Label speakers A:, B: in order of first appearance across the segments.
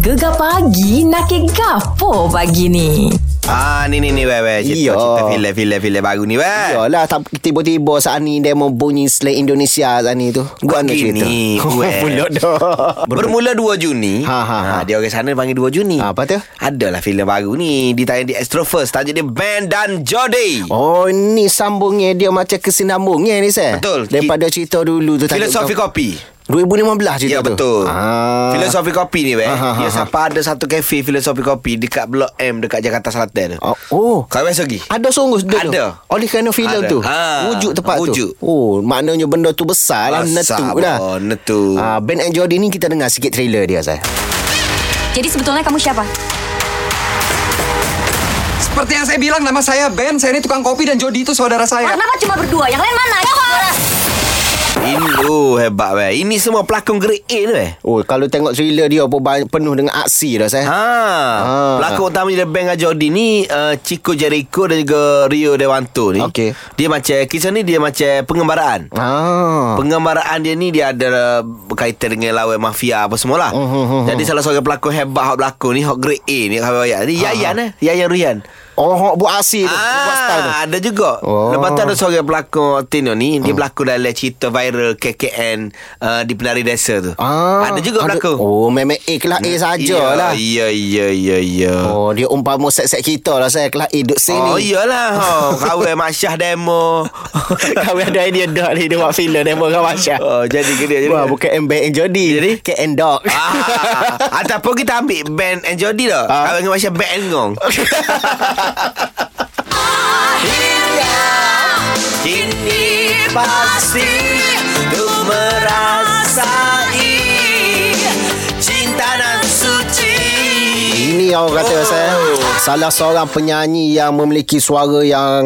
A: Gegar pagi nak ke gapo pagi ni?
B: Ah ni ni ni weh weh cerita,
C: Iya.
B: cerita filem filem filem baru ni weh.
C: Yalah lah, tak, Tiba-tiba saat ni Dia mau bunyi Slang Indonesia saat ni tu Buat nak cerita
B: Begini, weh.
C: Pulak dah
B: Bermula 2 Juni Ah,
C: Ha, ha, ha.
B: Dia orang sana panggil 2 Juni
C: Ha, apa tu?
B: Adalah filem baru ni Ditayang di Astro First Tajuk dia Ben dan Jody
C: Oh ni sambungnya dia macam kesinambungnya ni saya.
B: Betul.
C: Daripada cerita dulu tu
B: Filosofi
C: tajuk-
B: kopi
C: 2015
B: Ya
C: cerita tu.
B: betul
C: Ah.
B: Filosofi kopi ni weh
C: Ah, ah,
B: Dia
C: ah,
B: sampai ada satu kafe Filosofi kopi Dekat Blok M Dekat Jakarta Selatan
C: Oh, oh.
B: Kau weh pergi
C: Ada sungguh tu tu?
B: Ada.
C: Oleh kerana filem
B: Ada.
C: tu
B: Ha,
C: Wujud tempat
B: wujud.
C: tu Oh maknanya benda tu besar lah
B: Besar,
C: Netuk dah
B: boh, netuk.
C: Ah, Ben and Jody ni kita dengar sikit trailer dia saya.
A: Jadi sebetulnya kamu siapa?
D: Seperti yang saya bilang, nama saya Ben. Saya ini tukang kopi dan Jody itu saudara saya.
A: Kenapa cuma berdua? Yang lain mana?
B: Ini oh, hebat weh Ini semua pelakon grade A ni weh
C: Oh kalau tengok trailer dia pun banyak, penuh dengan aksi dah saya.
B: Ha. ha.
C: Ah.
B: Pelakon utamanya dia Bang Ajodi ni uh, Chico Jericho dan juga Rio Dewanto ni.
C: Okey.
B: Dia macam kisah ni dia macam pengembaraan.
C: Ah.
B: Pengembaraan dia ni dia ada uh, berkaitan dengan lawan mafia apa semua lah.
C: Oh, oh, oh, oh.
B: Jadi salah seorang pelakon hebat hak berlakon ni hak grade A ni hak wayak. Ni Yayan eh, Yayan Ruyan.
C: Oh hok buat aksi tu. Ha, Buat style tu.
B: Ah, ada juga.
C: Oh. Hmm.
B: Lepas tu ada seorang pelakon Tino ni, dia berlakon dalam cerita viral KKN uh, di Penari Desa tu.
C: Ah,
B: ada juga pelakon.
C: Oh, memang A kelas A saja
B: Ya,
C: lah.
B: Ya, ya, ya, ya.
C: Oh, dia umpama set-set kita lah saya kelas A duduk sini.
B: Oh iyalah ha, Kawan Mak Syah demo
C: Kami ada idea dok ni dia buat filem demo dengan Masya.
B: Oh jadi ke dia jadi ke?
C: Wah, bukan MBN Jody.
B: Jadi?
C: KN Dog.
B: ah, Ataupun kita ambil Ben and Jody dah
C: Ah.
B: Kawan dengan Mak Syah Ben and Ngong Kini pasti Ku merasai Cinta dan suci
C: Ini yang orang kata
B: Oh.
C: saya Salah seorang penyanyi yang memiliki suara yang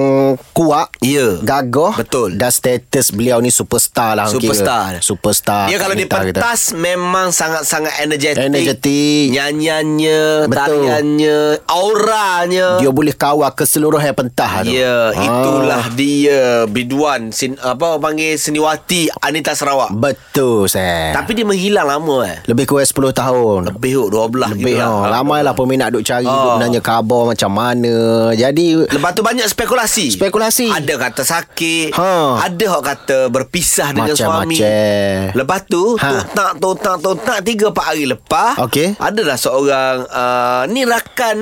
C: kuat
B: Ya.
C: Gagah
B: Betul.
C: Dan status beliau ni superstar lah orang
B: Superstar.
C: kira. Superstar
B: Dia Ya, kalau
C: kat
B: di
C: kita, Ah, kita.
B: pentas Memang sangat-sangat energetik
C: Energetik.
B: Nyanyiannya
C: Betul.
B: Tariannya Auranya
C: Dia boleh kawal keseluruhan pentas tu.
B: Ya,
C: Ah.
B: itulah dia biduan sin, apa orang panggil seniwati Anita Sarawak.
C: Betul saya
B: Tapi dia menghilang lama eh.
C: Lebih kurang 10 tahun
B: Lebih kot, 12
C: Lebih
B: gitu
C: oh, Ramai lah peminat duk cari
B: Oh.
C: oh. Duk nanya khabar macam mana Jadi
B: Lepas tu banyak spekulasi.
C: Spekulasi.
B: Ada kata sakit,
C: Ha.
B: ada hok kata berpisah dengan suami.
C: Macam-macam.
B: Lepas tu
C: Ha.
B: totak totak totak tiga empat hari lepas,
C: Okey.
B: adalah seorang uh, ni rakan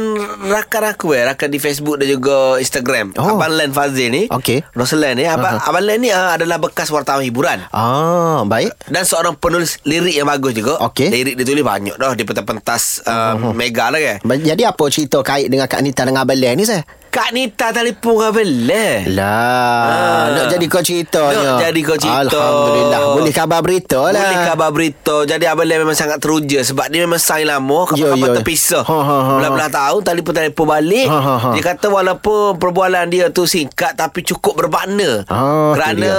B: rakan aku eh, rakan di Facebook dan juga Instagram.
C: Oh.
B: Abang Len Fazil ni.
C: Okey. Ha,
B: Roslan ni, abang,
C: Aha.
B: abang Len ni uh, adalah bekas wartawan hiburan.
C: Ah, baik
B: Dan seorang penulis lirik yang bagus juga
C: Okey. Hmm,
B: Lirik dia tulis banyak dah Di pentas-pentas uh, Mega lah kan
C: Ba- Jadi apa cerita kait dengan Kak Nita dengan Abang Len ni saya?
B: Kak Nita telefon kan bela Ah.
C: Lah Nak jadi kau
B: Nak
C: ceritanya
B: jadi kau cerita.
C: Alhamdulillah Boleh khabar berita lah
B: Boleh khabar berita Jadi Abang Len memang sangat teruja Sebab dia memang sayang lama
C: Ya,
B: Kapan-kapan
C: ya.
B: terpisah
C: Ha, ha, ha.
B: Belah-belah tahun Telefon-telefon balik
C: Ha, ha, ha.
B: Dia kata walaupun Perbualan dia tu singkat Tapi cukup bermakna
C: Ah, tu
B: Kerana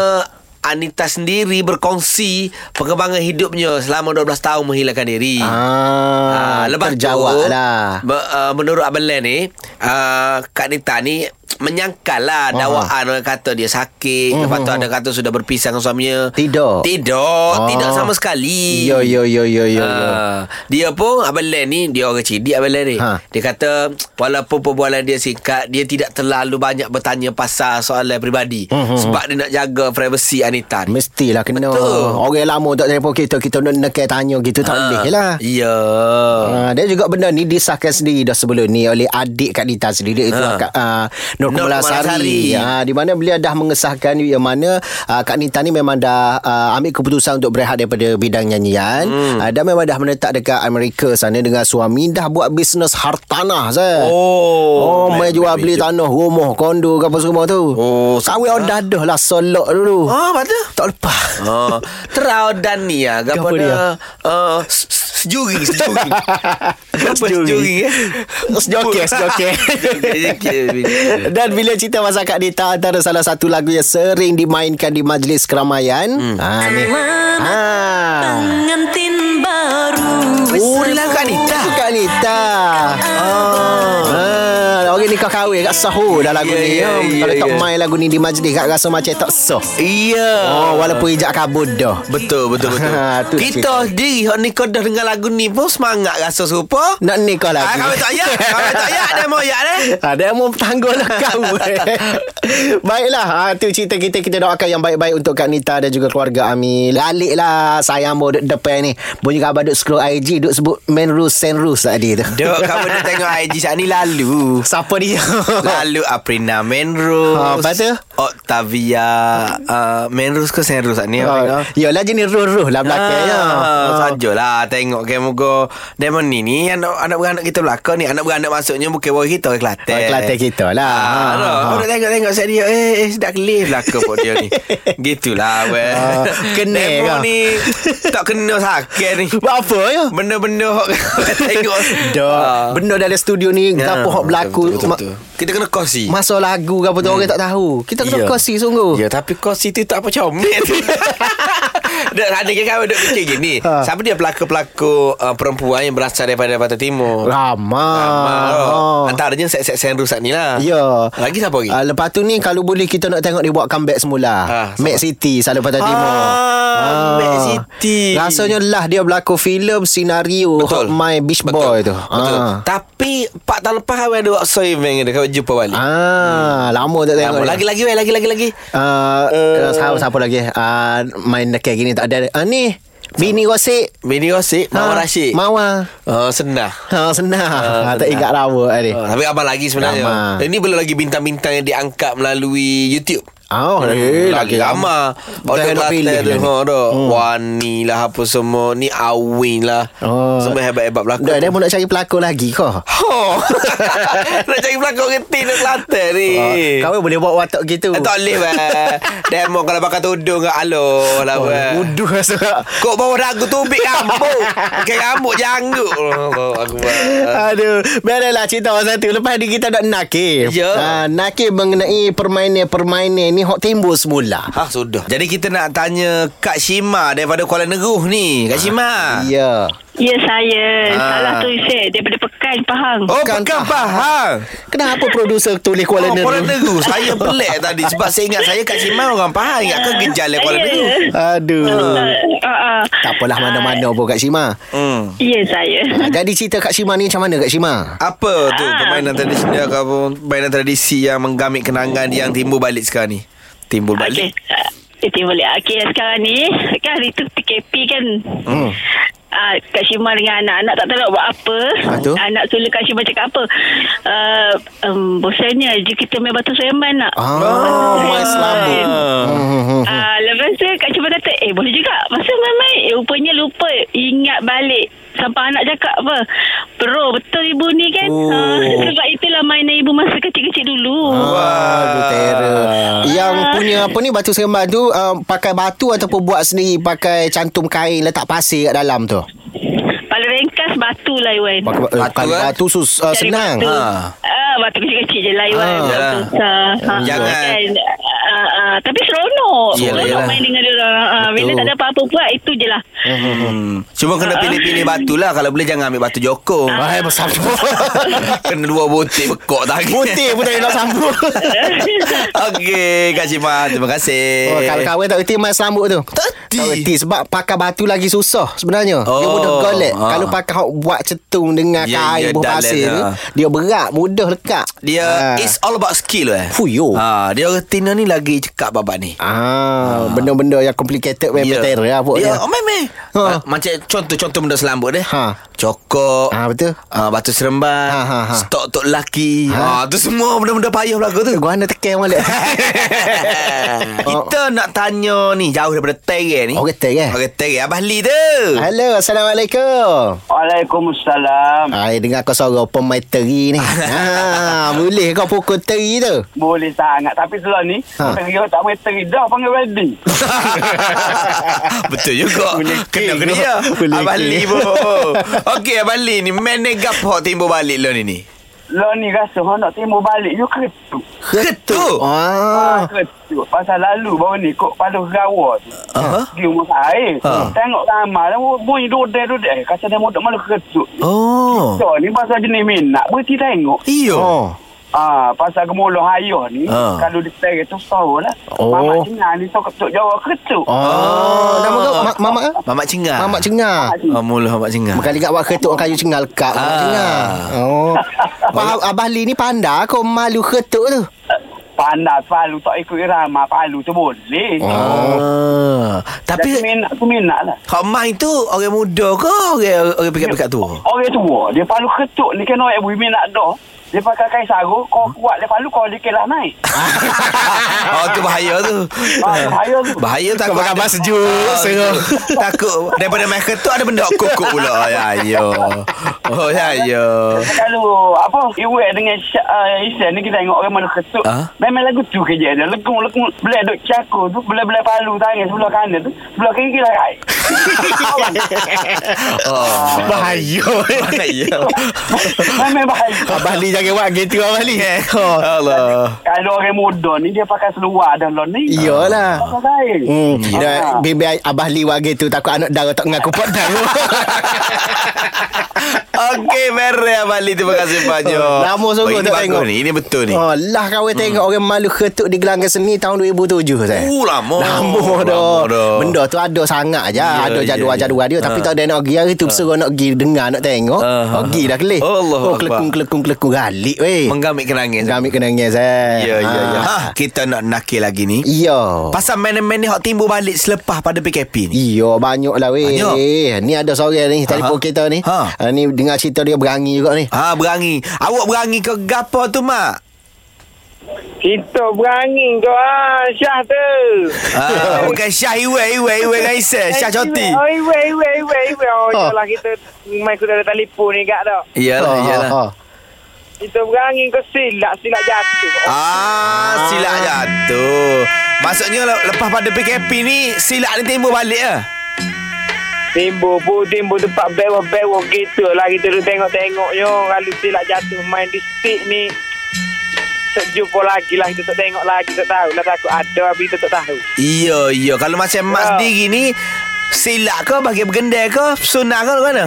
B: Anita sendiri berkongsi perkembangan hidupnya selama 12 tahun menghilangkan diri.
C: Ah,
B: Ah, lepas
C: terjawab
B: tu,
C: lah.
B: Be, uh, menurut Abang Len ni, uh, Kak Nita ni menyangkal lah dakwaan orang kata dia sakit. Lepas tu ada kata sudah berpisah dengan suaminya.
C: Mhm. Tidak.
B: Tidak.
C: Ah.
B: Tidak sama sekali.
C: Yo yo yo yo yo, yo.
B: Ah, dia pun Abang Len ni Dia orang cerdik Abang Len ni
C: Ha.
B: Dia kata Walaupun perbualan dia singkat Dia tidak terlalu banyak bertanya Pasal soalan peribadi
C: Mhm.
B: Sebab dia nak jaga Privacy Anita ni
C: Mestilah kena
B: Betul.
C: Orang lama tak telefon kita Kita nak nak tanya gitu Tak boleh lah
B: Ya
C: Uh, dan juga benda ni disahkan sendiri dah sebelum ni oleh adik Kak Nita sendiri itu
B: Ha.
C: Kak uh, Nur
B: Nur
C: Kemala
B: Kemala Sari.
C: Sari uh, di mana beliau dah mengesahkan yang mana uh, Kak Nita ni memang dah uh, ambil keputusan untuk berehat daripada bidang nyanyian hmm. uh, dan memang dah menetap dekat Amerika sana dengan suami dah buat bisnes hartanah saya.
B: Oh.
C: Oh, main jual
B: Main-
C: beli tanah, rumah, kondo, ke apa semua tu.
B: Oh,
C: Sawit dah dah lah solok dulu.
B: Ah, apa tu?
C: Tak lepas.
B: Oh, terau dan ni ya,
C: Gapo
B: gapo
C: dia?
B: dia? Uh, sejuri, sejuri. Apa
C: Sejuri.
B: sejuri eh?
C: Sejoket Sejoket Dan bila cerita masa Kak Dita Antara salah satu lagu yang sering dimainkan Di majlis keramaian hmm. ha, ni. ha.
E: pengantin baru
B: Oh, dia lagu Kak lah Nita.
C: Kak Dita
B: Oh.
C: ha. Orang ni kau Akad kahwin Akad sahur dah lagu
B: Ya,
C: ni
B: ya,
C: Om.
B: ya,
C: Kalau tak
B: ya.
C: main lagu ni di majlis Kak rasa macam tak sah
B: Iya.
C: Oh walaupun hijab kabut dah
B: Betul betul betul.
C: Ah, tu cerita.
B: Kita sendiri hok ni kodah dengan lagu ni pun semangat rasa serupa.
C: Nak nikah lagi
B: Ah, kau tak ya, kau tak ya dia mau ya deh.
C: Ada yang mau tangguh lah kau eh. Baiklah ha, Itu cerita kita Kita doakan yang baik-baik Untuk Kak Nita Dan juga keluarga Ami Lalik lah Sayang mau duduk depan ni Bunyi khabar duduk scroll IG Duduk sebut Man Rus Sen Rus tadi lah tu
B: Dok kamu dah tengok IG saat ni lalu.
C: Siapa dia
B: Lalu Aprina Menrose
C: Ha, lepas tu?
B: Octavia uh, Menrose ke Senrose saat ni
C: Oh,
B: oh.
C: Yalah jenis ruh-ruh lah belakang ya.
B: Ah. Sajalah Tengok kan muka Demon ni ni Anak anak beranak kita belakang ni Anak beranak maksudnya Bukan orang kita Orang Kelantan
C: Orang Kelantan kita lah.
B: ah,
C: Ha, ha.
B: ha. Orang tengok-tengok Saya dia Eh, eh sedap kelih belakang pun dia ni Gitulah weh.
C: Ah, kena
B: Demo
C: kau.
B: ni Tak kena sakit ni
C: Buat apa ya?
B: Benda-benda hok Tengok
C: Dok,
B: Ah.
C: benda dari studio ni
B: Ya,
C: gapo hok berlaku.
B: betul, betul,
C: Ma-
B: betul. Kita kena kosi
C: Masa lagu ke apa tu orang tak tahu. Kita kena
B: Ya.
C: kongsi sungguh.
B: Ya tapi kau situ tak apa comel Dek ada ke kau duk fikir gini
C: Ha.
B: Siapa dia pelakon-pelakon uh, perempuan yang berasal daripada Pantai Timur
C: Ha, Ramai.
B: Ramai tu.
C: Oh.
B: Antaranya set-set Sen Rusak ni lah
C: Ya.
B: Lagi siapa lagi?
C: Ah, lepas tu ni kalau boleh kita nak tengok dia buat comeback semula.
B: Ah,
C: Mad City Salah Pantai Timur. Ah.
B: Mad City.
C: Rasanya lah dia berlakon filem senario Hot My Beach Boy tu.
B: Betul
C: Ah.
B: Tapi 4 tahun lepas Kau ada waktu event dia Kau jumpa balik
C: Ah, lama tak tengok.
B: Hmm. Lama.
C: dia.
B: Lagi-lagi weh, Lagi-lagi lagi Eh.
C: Ah, uh, siapa, siapa lagi? Ah, main dekat gini tak ada. Ah, ni Bini Gosip.
B: Bini Rosik Mawar
C: Ah,
B: Rashid
C: Mawar.
B: Oh, senang
C: Ha, senang.
B: Ah,
C: Ha, tak
B: senang.
C: ingat lawa tadi.
B: Ah, tapi apa lagi sebenarnya
C: Ramai.
B: Ini belum lagi bintang-bintang yang diangkat melalui YouTube
C: Oh, eh,
B: Hmm, lagi ramah
C: Dah
B: Orang
C: nak pilih
B: Kelantan tu
C: dah ni.
B: ha, dah.
C: Hmm.
B: Wani lah apa semua Ni Awin lah
C: Oh.
B: Semua hebat-hebat
C: Dah,
B: belakang
C: dia pun nak cari pelakon lagi kau.
B: Ho. Nak cari pelakon reti Nak Kelantan ni
C: Oh, Ah, Kau boleh buat watak gitu.
B: Eh, tak boleh bah. Demo kalau pakai tudung ke aloh lah
C: Oh,
B: bah.
C: Uduh rasa.
B: Kau bawa dagu tubik rambut. Bukan rambut janggut. Oh, Allah akbar.
C: Aduh Biarlah cerita orang satu Lepas ni kita nak nakir
B: Ya.
C: Ah, Nakir mengenai permainan-permainan ni Hok timbul semula
B: Ha sudah. Jadi kita nak tanya Kak Shima daripada Kuala Neguh ni. Kak Shima.
C: Ah. Ya
F: Ya saya
B: Ah.
F: Salah tu Isai Daripada Pekan Pahang
B: Oh,
C: Kan
B: Pekan
C: Pahang.
B: Pahang.
C: Kenapa produser tulis
B: Oh,
C: Kuala Neru?
B: Kuala Neguh. Saya pelik tadi sebab saya ingat saya Kak Shima orang Pahang. Ingat ke gejala Kuala
F: Ya.
B: Neguh.
C: Aduh
B: Ah.
F: uh,
C: Tak apalah mana-mana pun Kak Shima
B: Hmm.
F: Ya saya
C: Ah, Jadi cerita Kak Shima ni macam mana Kak Shima?
B: Apa tu permainan tradisional ataupun permainan tradisi yang menggamit kenangan yang timbul balik sekarang ni? Timbul
F: Okey
B: balik.
F: Ah, Itu boleh Okey sekarang ni Kan hari tu PKP kan hmm. Ah, Kak Syima dengan anak-anak tak tahu nak buat apa
C: Ah, tu?
F: Anak suruh Kak Syima cakap apa uh, um, Bosannya je kita main batu seremban nak
C: Ah,
B: Oh,
C: main
F: Hmm.
C: selambut.
B: Ah.
C: Hmm, hmm, hmm.
F: Ah, lepas tu Kak Cuma kata Eh boleh juga Masa main-main eh, Rupanya lupa Ingat balik Sampai anak cakap apa Bro betul ibu ni kan
B: Oh.
F: Ah, Sebab itulah mainan ibu Masa kecil-kecil dulu
C: Ah. Aduh terror Yang punya apa ni Batu seremban tu uh, Pakai batu ataupun buat sendiri Pakai cantum kain Letak pasir kat dalam tu
F: Paling ringkas batu lah Iwan
C: Pakai batu,
B: Batu,
C: batu,
B: eh?
C: batu sus, uh,
F: Cari
C: senang
F: Batu,
B: Ha.
F: ah, batu kecil-kecil je lah Iwan
C: Ah,
F: Tak
B: yalah.
F: Susah Ha,
B: Jangan.
F: kan? Ah, ah, Tapi seronok
B: Yelah,
F: Seronok
B: yelah.
F: main dengan dia orang Ah, Bila
C: Betul.
F: tak ada apa-apa buat Itu je lah
B: Hmm. Cuma kena pilih-pilih batu lah Kalau boleh jangan ambil batu joko
C: Hai besar tu
B: Kena dua butik bekok tangan
C: Putih pun tak boleh nak sambung Hmm.
B: Okey Kak Cima Terima kasih
C: Oh, kalau kawan tak erti main selambut tu
B: Eh. Tak erti.
C: Tak erti Sebab pakai batu lagi susah sebenarnya Dia
B: Oh,
C: mudah golek
B: ah.
C: Kalau pakai hok buat cetung dengan
B: Ya, ya,
C: kain buah
B: dalam
C: pasir ni
B: dah.
C: Dia berat Mudah lekat
B: Dia
C: Ah.
B: It's all about skill eh
C: Fuyo.
B: ha, Dia orang Tina ni lagi cekap babak ni
C: Ah, benda-benda yang complicated memang yeah. terror lah
B: dia,
C: pokoknya.
B: Oh memang
C: Ha.
B: ha. Macam contoh-contoh benda selambut dia
C: Ha.
B: Cokok
C: Ah, betul.
B: Ah, Batu seremban
C: Ha, ha, ha.
B: Stok untuk lelaki ha. Itu semua benda-benda payah belakang tu
C: Gua nak tekan balik.
B: Kita nak tanya ni Jauh daripada Tereng ni
C: Orang Tereng, eh?
B: Orang Tereng Abah Lee tu
C: Halo, Assalamualaikum.
G: Waalaikumsalam.
C: Hai, dengar kau suara pemain teri ni. ha, boleh kau pukul teri tu.
G: Boleh sangat. Tapi setelah ni,
C: Ha.
G: ha. teri tak main teri dah panggil wedding.
B: Betul juga
C: Boleh
B: Kena
C: king,
B: kena
C: bro.
B: ya
C: Boleh
B: Abah
C: king.
B: Lee pun Okey Abah Lee ni Managap hok timbul balik lo ni ni
G: Lo ni rasa hang nak timur balik, you ketuk.
B: Ketuk
C: Ah.
G: Ah. Ketuk. Pasal lalu baru ni kok paduh gawa tu.
B: Aha.
G: Di rumah air.
B: Ha.
G: Tengok ramai dah bunyi dodel-dodel. Eh, Kata dia modok malu ketuk.
B: Oh
G: So ni pasal jenis minat, berhenti tengok.
B: Iyo
C: Oh.
G: Ah, pasal gemuluh ayah ni
B: Ah.
G: kalau di tengah tu sorang lah.
C: Oh.
G: Mamak Cina ni tu ketuk Jawa ketuk.
C: Oh, nama kau ma- mamak ah?
B: Mamak Cengar.
C: Mamak cengar.
B: Oh, mula Mamak Cengar.
C: Bukan dekat awak ketuk orang kayu cengal kak. Mamak
B: Ah.
C: cengar. Oh. Abah, Abah Lee ni pandai kau malu ketuk tu.
G: Pandai palu tak ikut irama palu tu boleh.
B: Ah.
G: Tapi
B: Ha. Tapi
G: minat tu minat lah.
B: Kak Mai tu orang muda ke orang orang pekat-pekat tua?
G: Orang tua dia palu ketuk ni kena buih minat dah. Dia pakai kain sarung kau kuat dia palu kau dikelah naik.
B: oh tu bahaya tu.
G: Ah, bahaya tu.
B: Bahaya takut.
C: Kau makan
B: ada-
C: sejuk,
B: Ah,
C: seru.
B: tu. Takut daripada makan tu ada benda kokok pula. Ya ya. Oh ya ya.
G: Kalau apa Iwek dengan Sya- uh, Isan ni kita tengok orang mana ketuk
B: Ah?
G: Memang lagu tu kerja dia Legung legung Belah duk cakul tu Belah-belah palu tangan sebelah kanan tu Sebelah kiri lah, kira kait
B: Oh.
C: Bahaya.
B: Bahaya.
G: Memang bahaya
C: Abah Lee jangan buat gitu Abah Lee. Oh.
B: Allah.
G: Kalau orang muda ni Dia pakai seluar dan lon ni
C: Iyalah.
G: Pasal lain
C: Hmm, dah
G: Ah.
C: bibi Abah Lee buat gitu takut anak dara tak mengaku pot
B: Okey, Mary Abali. Terima kasih banyak.
C: Lama
B: Oh,
C: sungguh
B: ini
C: tak
B: bagus
C: tengok.
B: ni. Ini betul ni. Hmm.
C: Oh, lah kau tengok orang malu ketuk di gelanggang seni tahun 2007 saya.
B: Uh, lama.
C: Lama dah.
B: Lama dah.
C: Benda tu ada sangat je.
B: Ya,
C: ada
B: ya,
C: jadual-jadual
B: ya.
C: dia tapi
B: Ha.
C: tak ada nak pergi hari tu berseru nak pergi dengar nak tengok.
B: Ha, ha,
C: Uh, pergi dah kelih.
B: Allah
C: oh,
B: Akbar.
C: kelekung-kelekung kelekung galik weh.
B: Menggamit kenangan.
C: Kami kena nangis eh.
B: Ya, ya, ya.
C: Ha.
B: Ha, kita nak nakil lagi ni.
C: Ya.
B: Oh. Pasal main-main ni hak timbul balik selepas pada PKP ni.
C: Iya banyak lah weh
B: Banyak.
C: Ni ada seorang ni
B: Ha.
C: Telefon kita ni
B: Ha.
C: ha. Ni dengar cerita dia berangi juga ni
B: Ha, berangi. Awak berangi ke gapo tu, Mak?
G: Kita berangin kau ah, Syah tu
B: Ah, bukan Syah Iwe, Iwe, Iwe dengan Isel. Syah Coti.
G: Oh iwe iwe iwe iwe Oh
C: Oh.
G: iyalah kita Main kuda telefon ni kat dah
B: Iyalah,
C: Ha, ha,
B: iyalah.
C: ha.
G: Kita berangin kau silap Silap jatuh
B: Ah, silap jatuh. Maksudnya le- lepas pada PKP ni silap ni timbul balik ah.
G: Timbul pun timbul tempat bewok-bewok gitu lah Kita dulu tengok-tengok yo Kalau silap jatuh main di stick ni Tak jumpa lagi lah Kita tak tengok lagi Tak tahu lah takut ada Habis kita tak tahu
B: Iya, iya. Kalau macam Mak
G: Ya.
B: sendiri ni silap ke bagi bergendai ke sunah ke mana?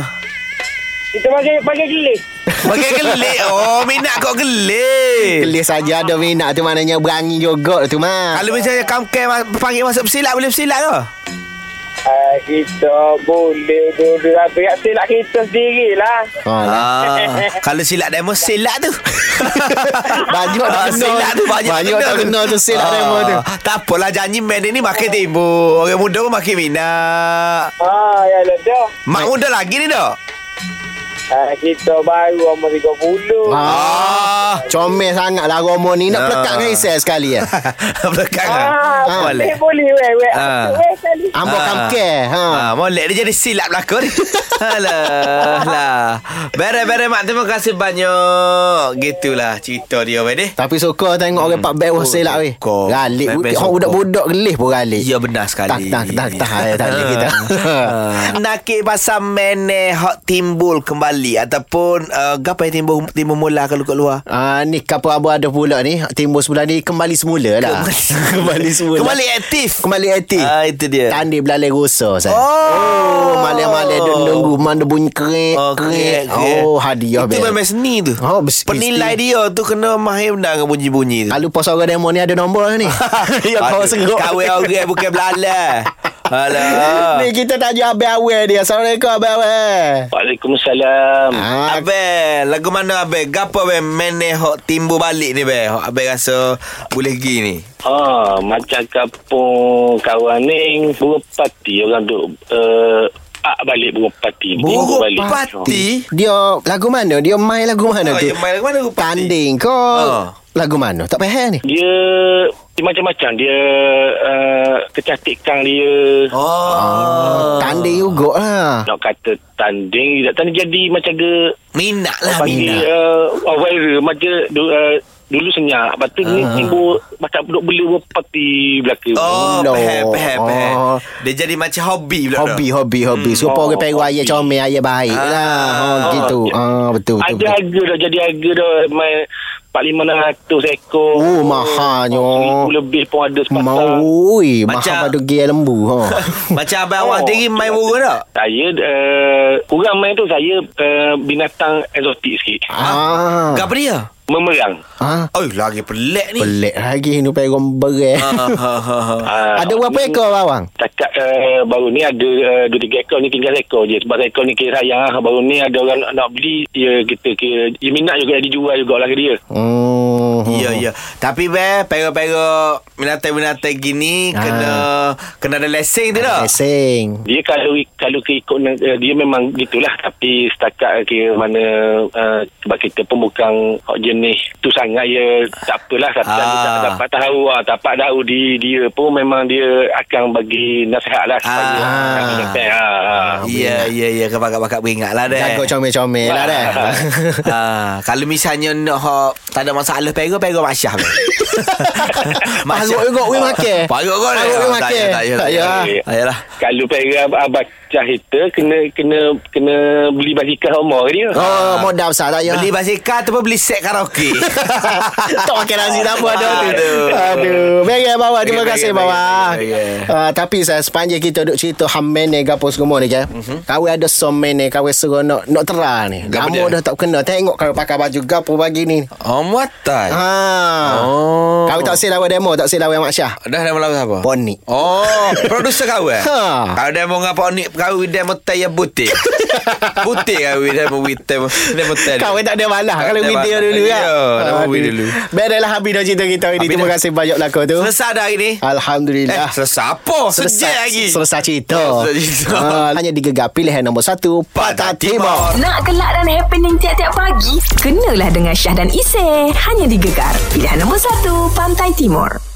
G: Kita pakai pakai gelis
B: Bagi gelik. Oh, minat kau gelik.
C: Kelih saja ada minat tu Maknanya berangi juga tu mah
B: Kalau misalnya kamu ke panggil masuk bersilat boleh bersilat ke?
G: ah, Kita boleh duduk lah. Tapi kat silap kita sendiri lah
C: ha.
B: Ah, kalau silap demo silap tu.
C: Banyak tak
B: Ah,
C: kena.
B: Silap tu banyak,
C: Banyak tak kena tu silap
B: Ah,
C: demo tu.
B: Tak apalah janji man ni makin timbul. Orang muda pun makin minat.
G: Ah, ya lah dah
B: Mak muda lagi ni tak?
G: ah, Kita baru umur 30 ah.
B: Ah.
C: Comel sangat lah Romo ni
B: Ah.
C: Nak pelekat dengan Isel sekali ya.
B: Belakang lah.
G: Ah,
B: Molek.
G: boleh boleh weh weh.
B: Ah.
G: Weh sekali.
C: Ambo
B: Ah.
C: kamke ha.
B: Ah, molek dia jadi silap belakang ni. Alah, lah. Bere-bere mak terima kasih banyak. Gitulah cerita dia Mak
C: Tapi suka tengok orang pak bek wah selak weh.
B: Hmm. suka.
C: Galik
B: Memang
C: orang
B: suka.
C: budak-budak gelih pun galik.
B: Ya benar sekali.
C: Eh, Tak, tak, tak, tak, eh, tak boleh kita.
B: Ah. Nakik pasal mene hak timbul kembali ataupun uh, gapai timbul timbul mula kalau kat luar.
C: Ah ni kapal abu ada pula ni timbul sebulan ni kembali semula lah. kembali semula.
B: Kembali aktif.
C: kembali aktif.
B: Ah, itu dia.
C: Tanding belalai rosa saya.
B: Oh.
C: malam-malam dia nunggu mana bunyi kerik,
B: Oh,
C: kerik.
B: kerik.
C: Oh, hadiah
B: Itu
C: bel.
B: memang seni tu
C: Oh, bes-
B: Penilai
C: mesti.
B: dia tu Kena mahir benar Dengan bunyi-bunyi tu
C: Kalau pos orang demo ni ada nombor ni. ya kau
B: Aduh,
C: serok.
B: Kawin orang bukan belalai Alah
C: Ni kita tanya abang awal dia. Assalamualaikum abang awal.
G: Waalaikumsalam.
C: Ah,
B: Abel, lagu mana Abel? Gapo Abel mene hok timbul balik ni Abel? Hok Abel rasa boleh pergi ni.
H: Ah, macam kampung kawan ni berpati orang duk uh, ak balik berpati.
B: Buruk pati.
C: dia lagu mana? Dia main lagu mana
B: Oh,
C: tu?
B: dia main lagu mana lagu pati?
C: Tanding ke?
B: Oh.
C: Lagu mana? Tak faham ni.
H: Dia, dia macam-macam dia uh, kecantikan dia
B: Oh.
C: Ah, Tanding juga lah.
H: nak kata tanding tak tanding jadi macam ke
B: Minat lah
H: panggil
B: minat.
H: uh, oh, viral macam du, uh, dulu senyap lepas tu ni
C: Ah.
H: timbul macam duk beli berpati belaka
B: Oh,
C: No.
B: peh, peh, peh.
C: Oh.
B: Dia jadi macam hobi pula.
C: Hobi, hobi, hobi. Serupa
H: Oh,
C: orang pengen ayah
H: hobi.
C: comel, ayah baik
B: Ah.
C: lah. Oh, gitu. Ah, betul, betul.
H: ada
C: betul.
H: harga dah jadi harga dah main 4500 ekor.
C: Oh, mahalnya.
H: 1000 lebih pun ada sepasang.
C: Mau, ui,
B: Macam-
C: mahal pada gaya lembu. Ha.
B: Macam abang awak
C: Oh.
B: sendiri main burung tak?
H: Saya eh, uh, kurang main tu saya uh, binatang eh, eksotik sikit.
C: ah.
B: Gapo dia?
H: memerang.
C: Ha?
B: Oi, lagi pelik ni.
C: Pelik lagi ni pegang berat.
B: Ha, ha, ha, ha.
C: Oh.
H: Ah,
C: Ada berapa
H: ni-
C: ekor bawang?
H: Cakap uh, baru ni ada uh, dua tiga ekor ni tinggal ekor je sebab ekor ni kira sayang ah. baru ni ada orang nak, nak beli dia kita kira dia minat juga dia dijual juga lah ke dia.
C: Hmm.
B: Ya ya. Tapi be perok-perok binatang-binatang gini
C: Ah.
B: kena kena ada lesen tu tak?
C: Asing.
H: Dia kalau kalau keikut uh, dia memang gitulah tapi setakat kira mana uh, sebab kita pembukang hak jenis tu sangat ya tak apalah tapi
B: Ah.
H: tak dapat tahu ah dapat tahu di dia pun memang dia akan bagi nasihat lah supaya
B: Ah.
H: nak menyetel. ah. ah.
B: Ya ya ya kau bakak-bakak beringat lah deh.
C: Jaga comel-comel lah dah.
B: ha, kalau misalnya nak hok tak ada masalah perok perok Mak Syah. be. Mak Syah.
C: Parut juga we makan.
B: Parut kau ni.
C: Parut we
B: Tak
C: makan.
B: payah, tak payah,
C: Tak
B: tak
C: payah.
B: payah. Tak payah lah.
H: Kalau pergi abah cahita kena kena kena beli basikal homo ke dia.
C: Oh, modal besar tak ya.
B: Beli basikal ataupun beli set karaoke.
C: tak pakai nasi tak apa ada tu.
B: Aduh.
C: Aduh. Baiklah bawang. Terima
B: Baiklah,
C: kasih
B: baiklah,
C: bawang.
B: baiklah, baiklah.
C: Ah, tapi saya sepanjang kita duk cerita hamen ni gapo semua ni kan.
B: Mhm.
C: Kau ada somen ni, kau seronok nak terang ni.
B: Gapo
C: Lama
B: dia?
C: dah tak kena. Tengok kau pakai baju gapo pagi ni.
B: Oh, muatai.
C: Ha.
B: Oh.
C: Kau tak silap demo, tak silap Mak Syah.
B: Dah dah malam apa?
C: Poni.
B: Oh, produser kau eh?
C: Ha.
B: Kalau dia mau ngapa ni, kau dia mau tayar putih. putih kau dia mau witai, dia mau tayar.
C: Kau tak ada malah
B: Tak
C: Kalau
B: ada
C: video
B: malah.
C: dulu kan
B: Ya, dah
C: Ah,
B: movie
C: di-
B: dulu.
C: Baiklah habis dah cerita kita hari ni
B: Habis
C: Terima
B: dah.
C: kasih banyak lakon tu
B: Selesai dah hari ni. Eh,
C: Alhamdulillah
B: selesai apa? Sejak lagi.
C: Selesai cerita
B: Oh, selesai cerita.
C: Ah, Hanya digegar pilihan nombor satu Patah
B: Patah
C: Timur
B: Timur.
A: Nak gelak dan happening tiap-tiap pagi? Kenalah dengan Syah dan Isy. Hanya di Gegar. Pilihan nombor 1, Pantai Timur.